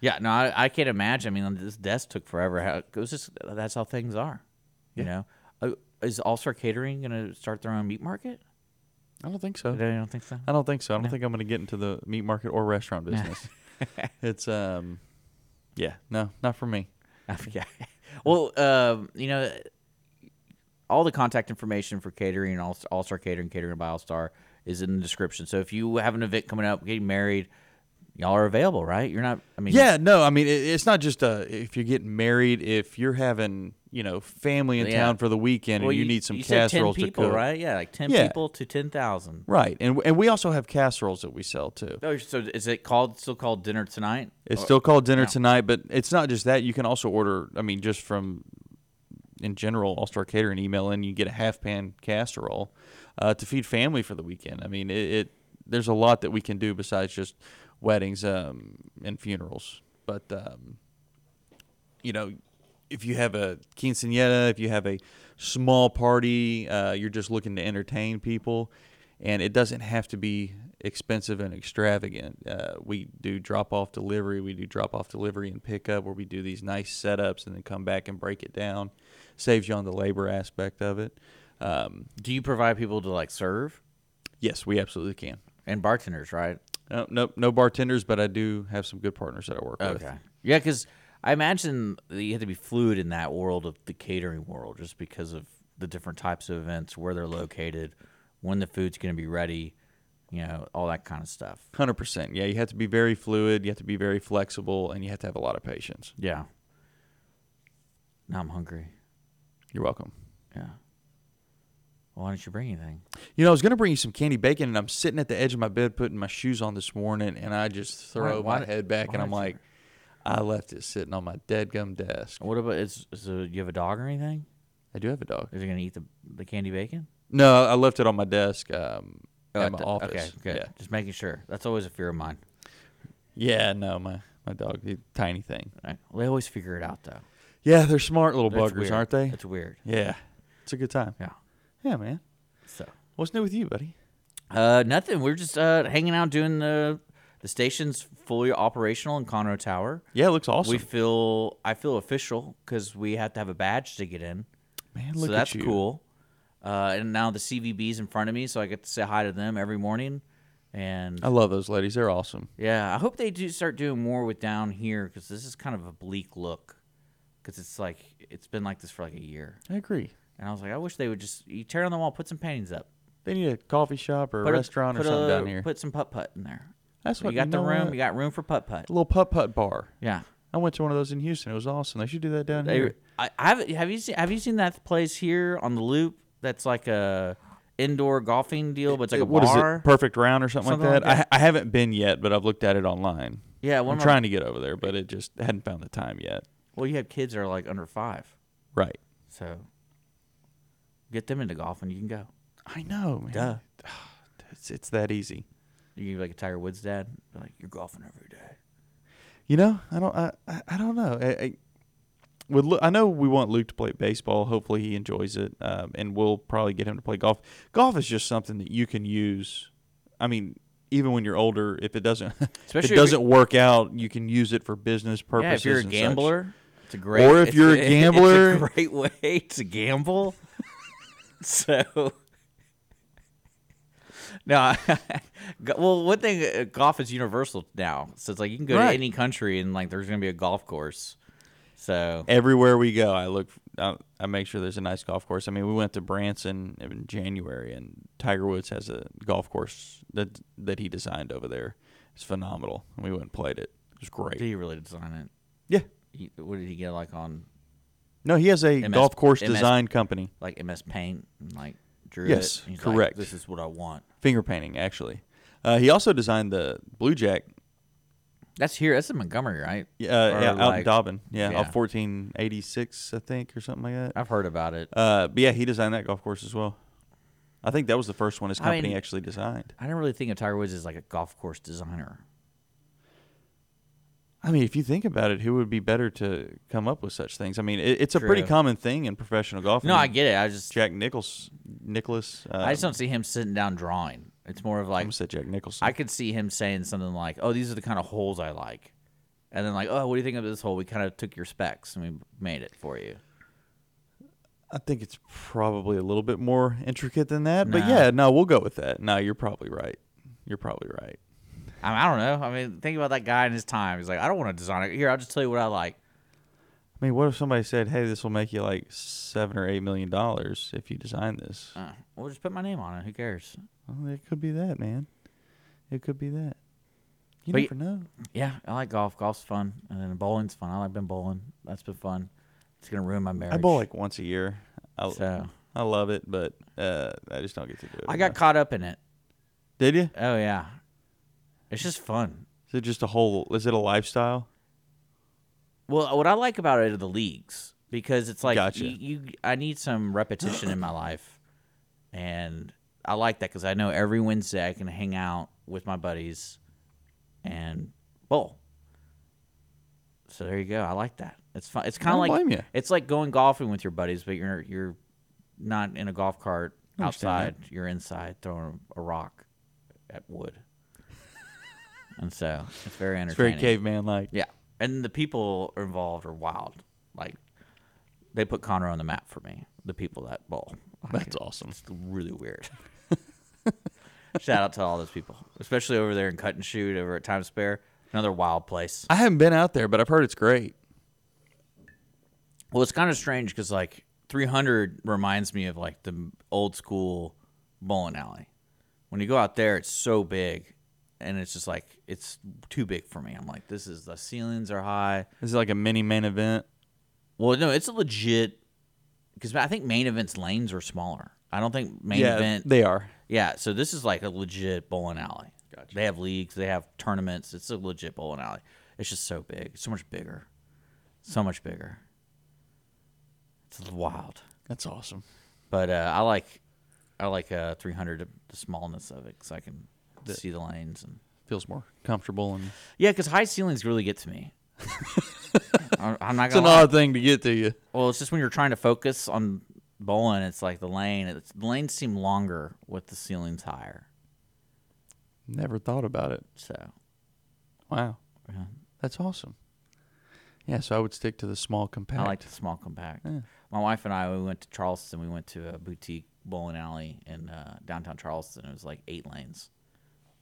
Speaker 1: Yeah, no, I, I can't imagine. I mean, this desk took forever. How, it was just that's how things are, you know. Uh, is All Star Catering going to start their own meat market?
Speaker 2: I don't think
Speaker 1: I
Speaker 2: so.
Speaker 1: don't think so.
Speaker 2: I don't think so. I don't think I'm going to get into the meat market or restaurant business. it's um yeah, no, not for me.
Speaker 1: yeah. Well, um, you know, all the contact information for catering, all All Star Catering, catering by All Star, is in the description. So if you have an event coming up, getting married, y'all are available, right? You're not. I mean,
Speaker 2: Yeah, no, I mean it, it's not just uh if you're getting married, if you're having, you know, family in
Speaker 1: Yeah.
Speaker 2: town for the weekend
Speaker 1: Well,
Speaker 2: and you, need some
Speaker 1: said 10
Speaker 2: casseroles
Speaker 1: people,
Speaker 2: to cook.
Speaker 1: right? Yeah, like ten
Speaker 2: Yeah.
Speaker 1: people to ten thousand.
Speaker 2: Right. And and we also have casseroles that we sell too.
Speaker 1: Oh, so is it called still called dinner tonight?
Speaker 2: It's still called dinner tonight, but it's not just that. You can also order. I mean, just from in general, All Star Catering email in, you get a half pan casserole uh, to feed family for the weekend. I mean, it, it there's a lot that we can do besides just weddings um, and funerals. But um, you know, if you have a quinceanera, if you have a small party, uh, you're just looking to entertain people, and it doesn't have to be expensive and extravagant. Uh, we do drop off delivery, we do drop off delivery and pickup, where we do these nice setups and then come back and break it down. Saves you on the labor aspect of it. Um,
Speaker 1: Do you provide people to like serve
Speaker 2: yes, we absolutely can.
Speaker 1: and bartenders, right?
Speaker 2: No, no, no bartenders, but I do have some good partners that I work with.
Speaker 1: Yeah, because I imagine that you have to be fluid in that world of the catering world, just because of the different types of events, where they're located, when the food's going to be ready, you know, all that kind of stuff.
Speaker 2: Hundred percent. Yeah, you have to be very fluid. You have to be very flexible, and you have to have a lot of patience.
Speaker 1: Yeah. Now I'm hungry.
Speaker 2: You're welcome.
Speaker 1: Yeah. Why didn't you bring anything?
Speaker 2: You know, I was gonna bring you some candy bacon, and I'm sitting at the edge of my bed putting my shoes on this morning, and I just throw
Speaker 1: why
Speaker 2: my
Speaker 1: did-
Speaker 2: head back,
Speaker 1: why
Speaker 2: and I'm
Speaker 1: did you-
Speaker 2: like, I left it sitting on my dead gum desk.
Speaker 1: What about is, is a, you have a dog or anything?
Speaker 2: I do have a dog.
Speaker 1: Is it going to eat the, the candy bacon?
Speaker 2: No, I left it on my desk um,
Speaker 1: Oh,
Speaker 2: at my
Speaker 1: d-
Speaker 2: office.
Speaker 1: Okay, good.
Speaker 2: Yeah,
Speaker 1: Just making sure. That's always a fear of mine.
Speaker 2: yeah. No, my my dog, he- tiny thing.
Speaker 1: Right. Well, they always figure it out though.
Speaker 2: Yeah, they're smart little
Speaker 1: That's
Speaker 2: buggers,
Speaker 1: weird.
Speaker 2: aren't they?
Speaker 1: That's weird.
Speaker 2: Yeah, it's a good time.
Speaker 1: Yeah.
Speaker 2: Yeah, man.
Speaker 1: So,
Speaker 2: What's new with you, buddy?
Speaker 1: uh, nothing. We're just uh, hanging out doing the the station's fully operational in Conroe Tower.
Speaker 2: Yeah, it looks awesome.
Speaker 1: We feel I feel official because we have to have a badge to get in.
Speaker 2: man, look
Speaker 1: so
Speaker 2: at
Speaker 1: that's
Speaker 2: you.
Speaker 1: cool. Uh, and now the CVB's in front of me, so I get to say hi to them every morning. And
Speaker 2: I love those ladies. They're awesome.
Speaker 1: yeah, I hope they do start doing more with down here because this is kind of a bleak look. Because it's like it's been like this for like a year,
Speaker 2: I agree.
Speaker 1: and I was like, I wish they would just you tear down the wall, put some paintings up.
Speaker 2: They need a coffee shop or a
Speaker 1: Put a-
Speaker 2: restaurant or
Speaker 1: put
Speaker 2: something
Speaker 1: a-
Speaker 2: down here.
Speaker 1: Put some putt putt in there.
Speaker 2: That's what
Speaker 1: you got the
Speaker 2: know
Speaker 1: room.
Speaker 2: what?
Speaker 1: You got room for putt putt.
Speaker 2: a little putt putt bar.
Speaker 1: Yeah.
Speaker 2: I went to one of those in Houston. It was awesome. They should do that down
Speaker 1: They,
Speaker 2: here.
Speaker 1: I, I have. Have you seen? Have you seen that place here on the loop? That's like a indoor golfing deal, but it's like a
Speaker 2: What is
Speaker 1: bar.
Speaker 2: it? Perfect round or something,
Speaker 1: Something
Speaker 2: like
Speaker 1: like
Speaker 2: that. I, I haven't been yet, but I've looked at it online.
Speaker 1: yeah. One of
Speaker 2: I'm
Speaker 1: my-
Speaker 2: trying to get over there, but it just hadn't found the time yet.
Speaker 1: well, you have kids that are like under five,
Speaker 2: Right.
Speaker 1: so get them into golf and you can go.
Speaker 2: I know, man.
Speaker 1: Duh.
Speaker 2: It's, it's that easy.
Speaker 1: You can be like a Tiger Woods dad. Be like you're golfing every day.
Speaker 2: You know, I don't. I, I, I don't know. I, I, with Lu I know we want Luke to play baseball. Hopefully, he enjoys it, um, and we'll probably get him to play golf. Golf is just something that you can use. I mean, even when you're older, if it doesn't,
Speaker 1: Especially if
Speaker 2: if it
Speaker 1: you're-
Speaker 2: doesn't work out, you can use it for business purposes.
Speaker 1: yeah, if you're a
Speaker 2: and such.
Speaker 1: gambler, it's a great.
Speaker 2: Or if
Speaker 1: it's
Speaker 2: you're a
Speaker 1: it's
Speaker 2: gambler-
Speaker 1: a great way to gamble. so, No, I- go- well, one thing, uh, golf is universal now, so it's like you can go to
Speaker 2: Right.
Speaker 1: any country and like there's gonna be a golf course. So
Speaker 2: Everywhere we go, I look. I, I make sure there's a nice golf course. I mean, we went to Branson in January, and Tiger Woods has a golf course that that he designed over there. It's phenomenal. And we went and played it. It was
Speaker 1: did
Speaker 2: great.
Speaker 1: he really design it?
Speaker 2: Yeah.
Speaker 1: He, what did he get like on
Speaker 2: No, he has a
Speaker 1: MS
Speaker 2: golf course
Speaker 1: MS.
Speaker 2: design company.
Speaker 1: like MS Paint and like drew
Speaker 2: Yes,
Speaker 1: it? And he's like,
Speaker 2: correct.
Speaker 1: this is what I want.
Speaker 2: finger painting actually. Uh, he also designed the Blue Jack,
Speaker 1: That's here. That's in Montgomery, right?
Speaker 2: uh, yeah, out
Speaker 1: Or,
Speaker 2: in
Speaker 1: like,
Speaker 2: Dobbin, yeah,
Speaker 1: yeah.
Speaker 2: off 1486, I think, or something like that.
Speaker 1: I've heard about it.
Speaker 2: Uh, but yeah, he designed that golf course as well. I think that was the first one his
Speaker 1: I
Speaker 2: company
Speaker 1: mean-
Speaker 2: actually designed.
Speaker 1: I didn't really think of Tiger Woods as like a golf course designer.
Speaker 2: I mean, if you think about it, who would be better to come up with such things? I mean, it, it's a pretty
Speaker 1: True.
Speaker 2: common thing in professional golf.
Speaker 1: No, I
Speaker 2: mean,
Speaker 1: get it. I just
Speaker 2: Jack Nichols, Nicholas. Um,
Speaker 1: I just don't see him sitting down drawing. It's more of
Speaker 2: I
Speaker 1: like
Speaker 2: almost said Jack Nicholson.
Speaker 1: I could see him saying something like, "Oh, these are the kind of holes I like," and then like, "Oh, what do you think of this hole? We kind of took your specs and we made it for you."
Speaker 2: I think it's probably a little bit more intricate than that, but
Speaker 1: Nah.
Speaker 2: yeah, no, we'll go with that. No, you're probably right. You're probably right.
Speaker 1: I, mean, I don't know. I mean, think about that guy in his time. He's like, "I don't want to design it. Here, I'll just tell you what I like."
Speaker 2: I mean, what if somebody said, "Hey, this will make you like seven or eight million dollars if you design this"?
Speaker 1: Uh, well, just put my name on it. Who cares?
Speaker 2: Well, it could be that, man. It could be that. You
Speaker 1: But y-
Speaker 2: never know.
Speaker 1: Yeah, I like golf. Golf's fun, and then bowling's fun. I like been bowling. That's been fun. It's gonna ruin my marriage.
Speaker 2: I bowl like once a year. I,
Speaker 1: So-
Speaker 2: I love it, but uh, I just don't get to do it.
Speaker 1: I got
Speaker 2: enough.
Speaker 1: caught up in it.
Speaker 2: Did you?
Speaker 1: Oh yeah, it's just fun.
Speaker 2: Is it just a whole? Is it a lifestyle?
Speaker 1: Well, uh, what I like about it are the leagues because it's like
Speaker 2: Gotcha.
Speaker 1: you, you- I need some repetition in my life, and I like that because I know every Wednesday I can hang out with my buddies and bowl. So there you go. I like that. It's fun. It's kind of
Speaker 2: don't
Speaker 1: like
Speaker 2: blame ya.
Speaker 1: it's like going golfing with your buddies, but you're you're not in a golf cart
Speaker 2: I understand
Speaker 1: outside. You're inside throwing a rock at wood, and so it's very
Speaker 2: It's very
Speaker 1: entertaining.
Speaker 2: caveman like.
Speaker 1: Yeah, and the people involved are wild. Like they put Connor on the map for me. The people that bowl. Like,
Speaker 2: That's awesome.
Speaker 1: It's really weird. Shout out to all those people, especially over there in Cut and Shoot over at Times Square. Another wild place.
Speaker 2: I haven't been out there, but I've heard it's great.
Speaker 1: Well, it's kind of strange because like 300 reminds me of like the old school bowling alley. When you go out there, it's so big, and it's just like it's too big for me. I'm like, this is the ceilings are high.
Speaker 2: Is it like a mini main event?
Speaker 1: Well, no, it's a legit because I think main events lanes are smaller. I don't think main
Speaker 2: yeah,
Speaker 1: event.
Speaker 2: they are.
Speaker 1: yeah, so this is like a legit bowling alley.
Speaker 2: Gotcha.
Speaker 1: They have leagues, they have tournaments. It's a legit bowling alley. It's just so big, so much bigger, so much bigger. It's wild,
Speaker 2: That's awesome.
Speaker 1: but uh, I like I like uh, 300 the smallness of it because I can see the lanes and
Speaker 2: Feels more comfortable and
Speaker 1: yeah, because high ceilings really get to me. I'm I'm not
Speaker 2: it's an
Speaker 1: gonna lie.
Speaker 2: odd thing to get to you.
Speaker 1: Well, it's just when you're trying to focus on bowling, it's like the lane. It's, the lanes seem longer with the ceilings higher.
Speaker 2: Never thought about it.
Speaker 1: So,
Speaker 2: Wow.
Speaker 1: yeah,
Speaker 2: That's awesome. Yeah, so I would stick to the small
Speaker 1: I
Speaker 2: compact.
Speaker 1: like the small compact.
Speaker 2: Yeah.
Speaker 1: My wife and I, we went to Charleston. We went to a boutique bowling alley in uh, downtown Charleston. It was like eight lanes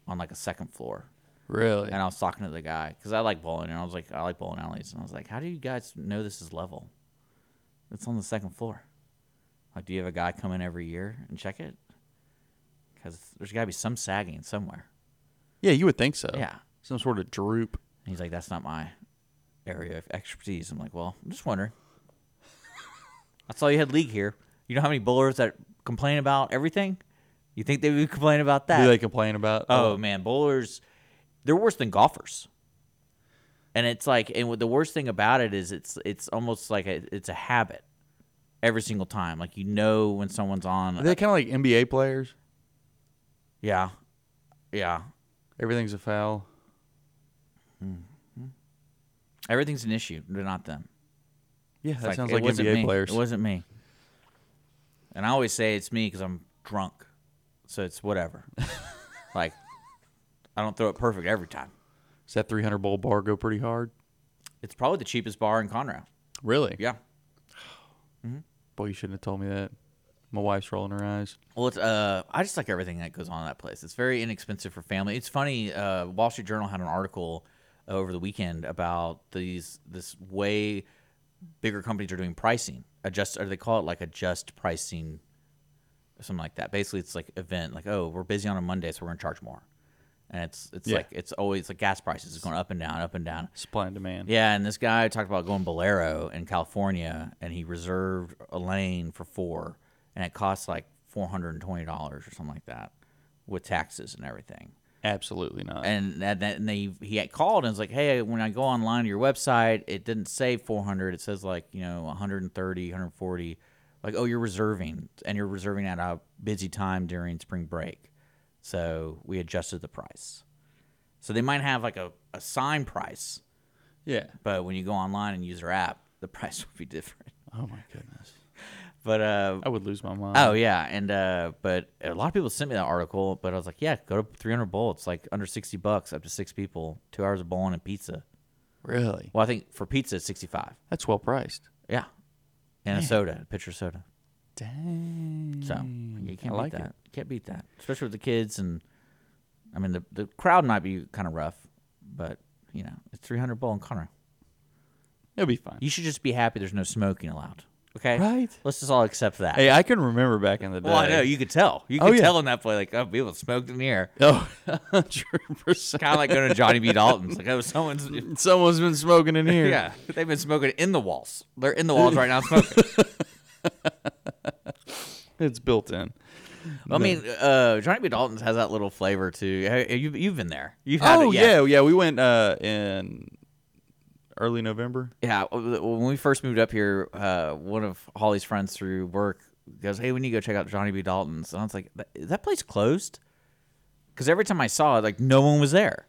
Speaker 1: on like a second floor.
Speaker 2: really.
Speaker 1: And I was talking to the guy because I like bowling, and I was like, I like bowling alleys, and I was like, how do you guys know this is level? It's on the second floor. Like, do you have a guy come in every year and check it? Because there's got to be some sagging somewhere.
Speaker 2: Yeah, you would think so.
Speaker 1: Yeah.
Speaker 2: Some sort of droop.
Speaker 1: And he's like, that's not my area of expertise. I'm like, well, I'm just wondering. I saw you had league here. You know how many bowlers that complain about everything? You think they would complain about that?
Speaker 2: Do they complain about?
Speaker 1: Oh man, bowlers, they're worse than golfers. And it's like, and what the worst thing about it is, it's it's almost like a, it's a habit. Every single time, like you know when someone's on.
Speaker 2: Are they kind of like NBA players?
Speaker 1: yeah, yeah.
Speaker 2: Everything's a foul.
Speaker 1: Everything's an issue. They're not them.
Speaker 2: Yeah,
Speaker 1: It's
Speaker 2: that sounds
Speaker 1: it
Speaker 2: like
Speaker 1: wasn't
Speaker 2: NBA
Speaker 1: me.
Speaker 2: players.
Speaker 1: It wasn't me. And I always say it's me because I'm drunk, so it's whatever. like, I don't throw it perfect every time.
Speaker 2: Does that 300 bowl bar go pretty hard?
Speaker 1: It's probably the cheapest bar in Conroe.
Speaker 2: Really?
Speaker 1: Yeah.
Speaker 2: Boy, you shouldn't have told me that. My wife's rolling her eyes.
Speaker 1: Well, it's, uh, I just like everything that goes on in that place. It's very inexpensive for family. It's funny. Uh, Wall Street Journal had an article over the weekend about these this way bigger companies are doing pricing. Adjust, or they call it like adjust pricing, or something like that. Basically, it's like event, like oh, we're busy on a Monday, so we're gonna charge more. And it's it's
Speaker 2: Yeah.
Speaker 1: like it's always like gas prices is going up and down, up and down.
Speaker 2: Supply and demand.
Speaker 1: Yeah, and this guy talked about going Bolero in California, and he reserved a lane for four, and it costs like four hundred and twenty dollars or something like that, with taxes and everything.
Speaker 2: Absolutely not.
Speaker 1: And that, that and they he had called and was like, hey, when I go online to your website, it didn't say four hundred; it says like you know 130, 140. Like, oh, you're reserving, and you're reserving at a busy time during spring break, so we adjusted the price. So they might have like a, a sign price
Speaker 2: yeah.
Speaker 1: but when you go online and use their app, the price will be different.
Speaker 2: Oh my goodness.
Speaker 1: But uh,
Speaker 2: I would lose my mind.
Speaker 1: oh yeah, and uh, but a lot of people sent me that article, but I was like, yeah, go to 300 bullets, like under 60 bucks, up to six people, two hours of bowling and pizza.
Speaker 2: really?
Speaker 1: Well, I think for pizza, it's 65.
Speaker 2: That's well priced.
Speaker 1: Yeah, and a soda, a pitcher of soda.
Speaker 2: Dang.
Speaker 1: So you can't
Speaker 2: Mm, I like
Speaker 1: beat
Speaker 2: it.
Speaker 1: that. You can't beat that, especially with the kids. And I mean, the the crowd might be kind of rough, but you know, it's 300 bull in Conroe.
Speaker 2: It'll be fine.
Speaker 1: You should just be happy there's no smoking allowed. Okay,
Speaker 2: Right.
Speaker 1: Let's just all accept that.
Speaker 2: Hey, I can remember back in the day.
Speaker 1: Well, I know you could tell. You
Speaker 2: Oh,
Speaker 1: could
Speaker 2: yeah.
Speaker 1: tell in that play, like, oh, people smoked in here.
Speaker 2: Oh, 100%.
Speaker 1: Kind of like going to Johnny B. Dalton's. Like, oh, someone's.
Speaker 2: Someone's been smoking in here.
Speaker 1: Yeah, they've been smoking in the walls. They're in the walls right now smoking.
Speaker 2: It's built in.
Speaker 1: I mean, uh, Johnny B. Dalton's has that little flavor too. Have- have You, you've been there. You've had
Speaker 2: oh,
Speaker 1: it,
Speaker 2: yeah. yeah. We went uh, in early November.
Speaker 1: Yeah, when we first moved up here, uh, one of Holly's friends through work goes, "Hey, we need to go check out Johnny B. Dalton's." And I was like, "Th- "Is that place closed?" Because every time I saw it, like no one was there.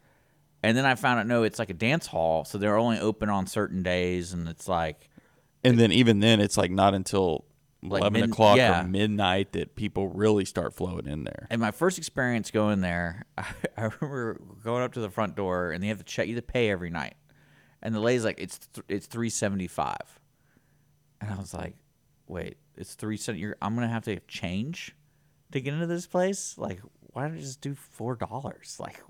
Speaker 1: And then I found out no, it's like a dance hall, so they're only open on certain days, and it's like
Speaker 2: And then even then, it's like not until
Speaker 1: Like
Speaker 2: 11
Speaker 1: mid-
Speaker 2: o'clock
Speaker 1: yeah.
Speaker 2: or midnight that people really start flowing in there.
Speaker 1: And my first experience going there, I, I remember going up to the front door, and they have to check you to pay every night. And the lady's like, "It's th- it's three seventy five, and I was like, "Wait, it's three seventy? You're I'm gonna have to change to get into this place? Like, why don't you just do four dollars? Like,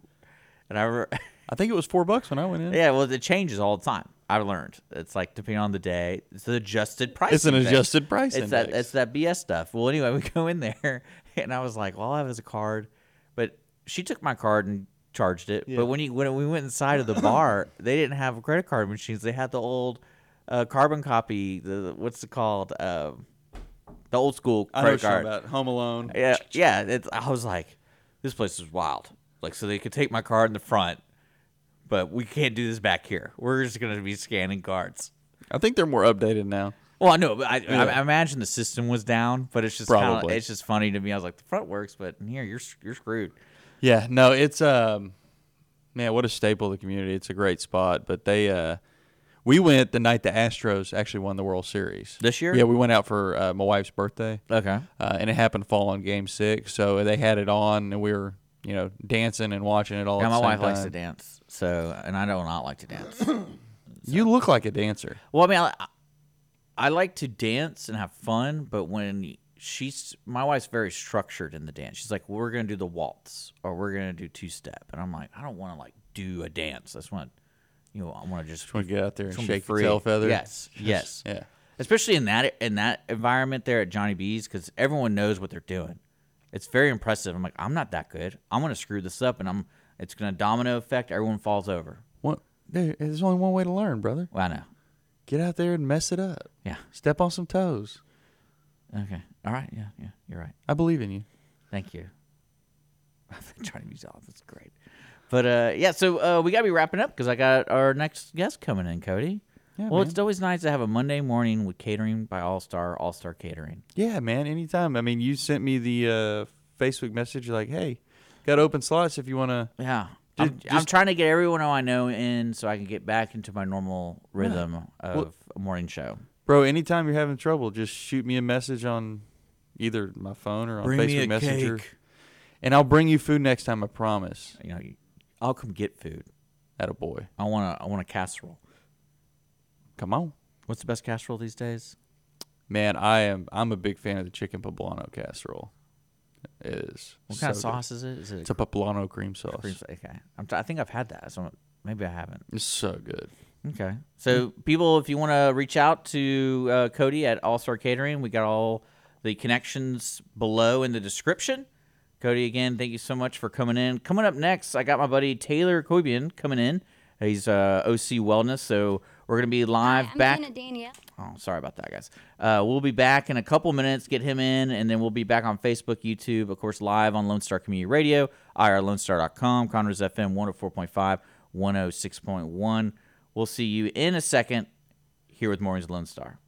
Speaker 1: and I re-
Speaker 2: I think it was four bucks when I went in.
Speaker 1: yeah, well, it changes all the time. I've learned it's like depending on the day, it's an adjusted price.
Speaker 2: It's an
Speaker 1: index.
Speaker 2: adjusted price
Speaker 1: It's
Speaker 2: index.
Speaker 1: that it's that BS stuff. Well, anyway, we go in there, and I was like, "Well, I have is a card," but she took my card and charged it. But when you when we went inside of the bar, they didn't have credit card machines. They had the old uh, carbon copy. The what's it called? Um the old school
Speaker 2: I know
Speaker 1: credit
Speaker 2: what you're talking
Speaker 1: card.
Speaker 2: about Home Alone.
Speaker 1: Yeah, yeah. It's, I was like, this place is wild. Like, so they could take my card in the front, but we can't do this back here. We're just gonna be scanning cards.
Speaker 2: I think they're more updated now.
Speaker 1: Well, I know, but I, I, I imagine the system was down. But it's just kinda,
Speaker 2: Probably.
Speaker 1: it's just funny to me. I was like, the front works, but in here you're s- you're screwed.
Speaker 2: Yeah, no, it's um man, what a staple of the community. It's a great spot, but they uh we went the night the Astros actually won the World Series.
Speaker 1: This year?
Speaker 2: Yeah, we went out for uh, my wife's birthday.
Speaker 1: Okay.
Speaker 2: Uh, and it happened to fall on game 6, so they had it on and we were, you know, dancing and watching it all
Speaker 1: Now
Speaker 2: at
Speaker 1: my
Speaker 2: the
Speaker 1: wife
Speaker 2: same
Speaker 1: likes to
Speaker 2: time.
Speaker 1: dance, so and I do not like to dance.
Speaker 2: You look like a dancer.
Speaker 1: Well, I mean, I, I like to dance and have fun, but when she's my wife's very structured in the dance. She's like, "We're gonna do the waltz, or we're gonna do two step," and I'm like, "I don't want to like do a dance. I just want, you know, I want to just
Speaker 2: Just want to get out there and
Speaker 1: wanna be
Speaker 2: shake the tail feather.
Speaker 1: Yes, yes,
Speaker 2: Yeah.
Speaker 1: especially in that in that environment there at Johnny B's because everyone knows what they're doing. It's very impressive. I'm like, I'm not that good. I'm gonna screw this up, and I'm it's gonna domino effect. Everyone falls over.
Speaker 2: One, there, there's only one way to learn, brother.
Speaker 1: Well, I know.
Speaker 2: Get out there and mess it up.
Speaker 1: Yeah.
Speaker 2: Step on some toes.
Speaker 1: Okay. All right. Yeah. Yeah. You're right.
Speaker 2: I believe in you.
Speaker 1: Thank you. Johnny Musial, that's great. But uh, yeah, so uh, we gotta be wrapping up because I got our next guest coming in, Cody.
Speaker 2: Yeah,
Speaker 1: well,
Speaker 2: man.
Speaker 1: it's always nice to have a Monday morning with catering by All Star, All Star Catering.
Speaker 2: Yeah, man. Anytime. I mean, you sent me the uh, Facebook message like, "Hey, got open slots if you want to."
Speaker 1: Yeah,
Speaker 2: Ju-
Speaker 1: I'm, I'm
Speaker 2: just-
Speaker 1: trying to get everyone I know in so I can get back into my normal rhythm of a morning show.
Speaker 2: Bro, anytime you're having trouble, just shoot me a message on either my phone or on Facebook Messenger, and I'll bring you food next time. I promise.
Speaker 1: You know, you- I'll come get food.
Speaker 2: At a boy,
Speaker 1: I want a I want a casserole.
Speaker 2: come on.
Speaker 1: What's the best casserole these days?
Speaker 2: man, I am I'm a big fan of the chicken poblano casserole. It is
Speaker 1: What kind of
Speaker 2: so good.
Speaker 1: sauce is it? Is it
Speaker 2: It's a poblano cream sauce.
Speaker 1: cream sauce? Okay, I'm t- I think I've had that. So maybe I haven't.
Speaker 2: It's so good.
Speaker 1: Okay. So, people, if you want to reach out to uh, Cody at All Star Catering, we got all the connections below in the description. Cody, again, thank you so much for coming in. Coming up next, I got my buddy Taylor Kobian coming in. He's uh, OC Wellness, so we're gonna be live
Speaker 3: Hi, I'm
Speaker 1: back.
Speaker 3: Jenna Danielle.
Speaker 1: Oh, sorry about that, guys. Uh, we'll be back in a couple minutes. Get him in, and then we'll be back on Facebook, YouTube, of course, live on Lone Star Community Radio, irlonestar.com, Conrad's FM 104.5, 106.1. We'll see you in a second here with Mornings Lone Star.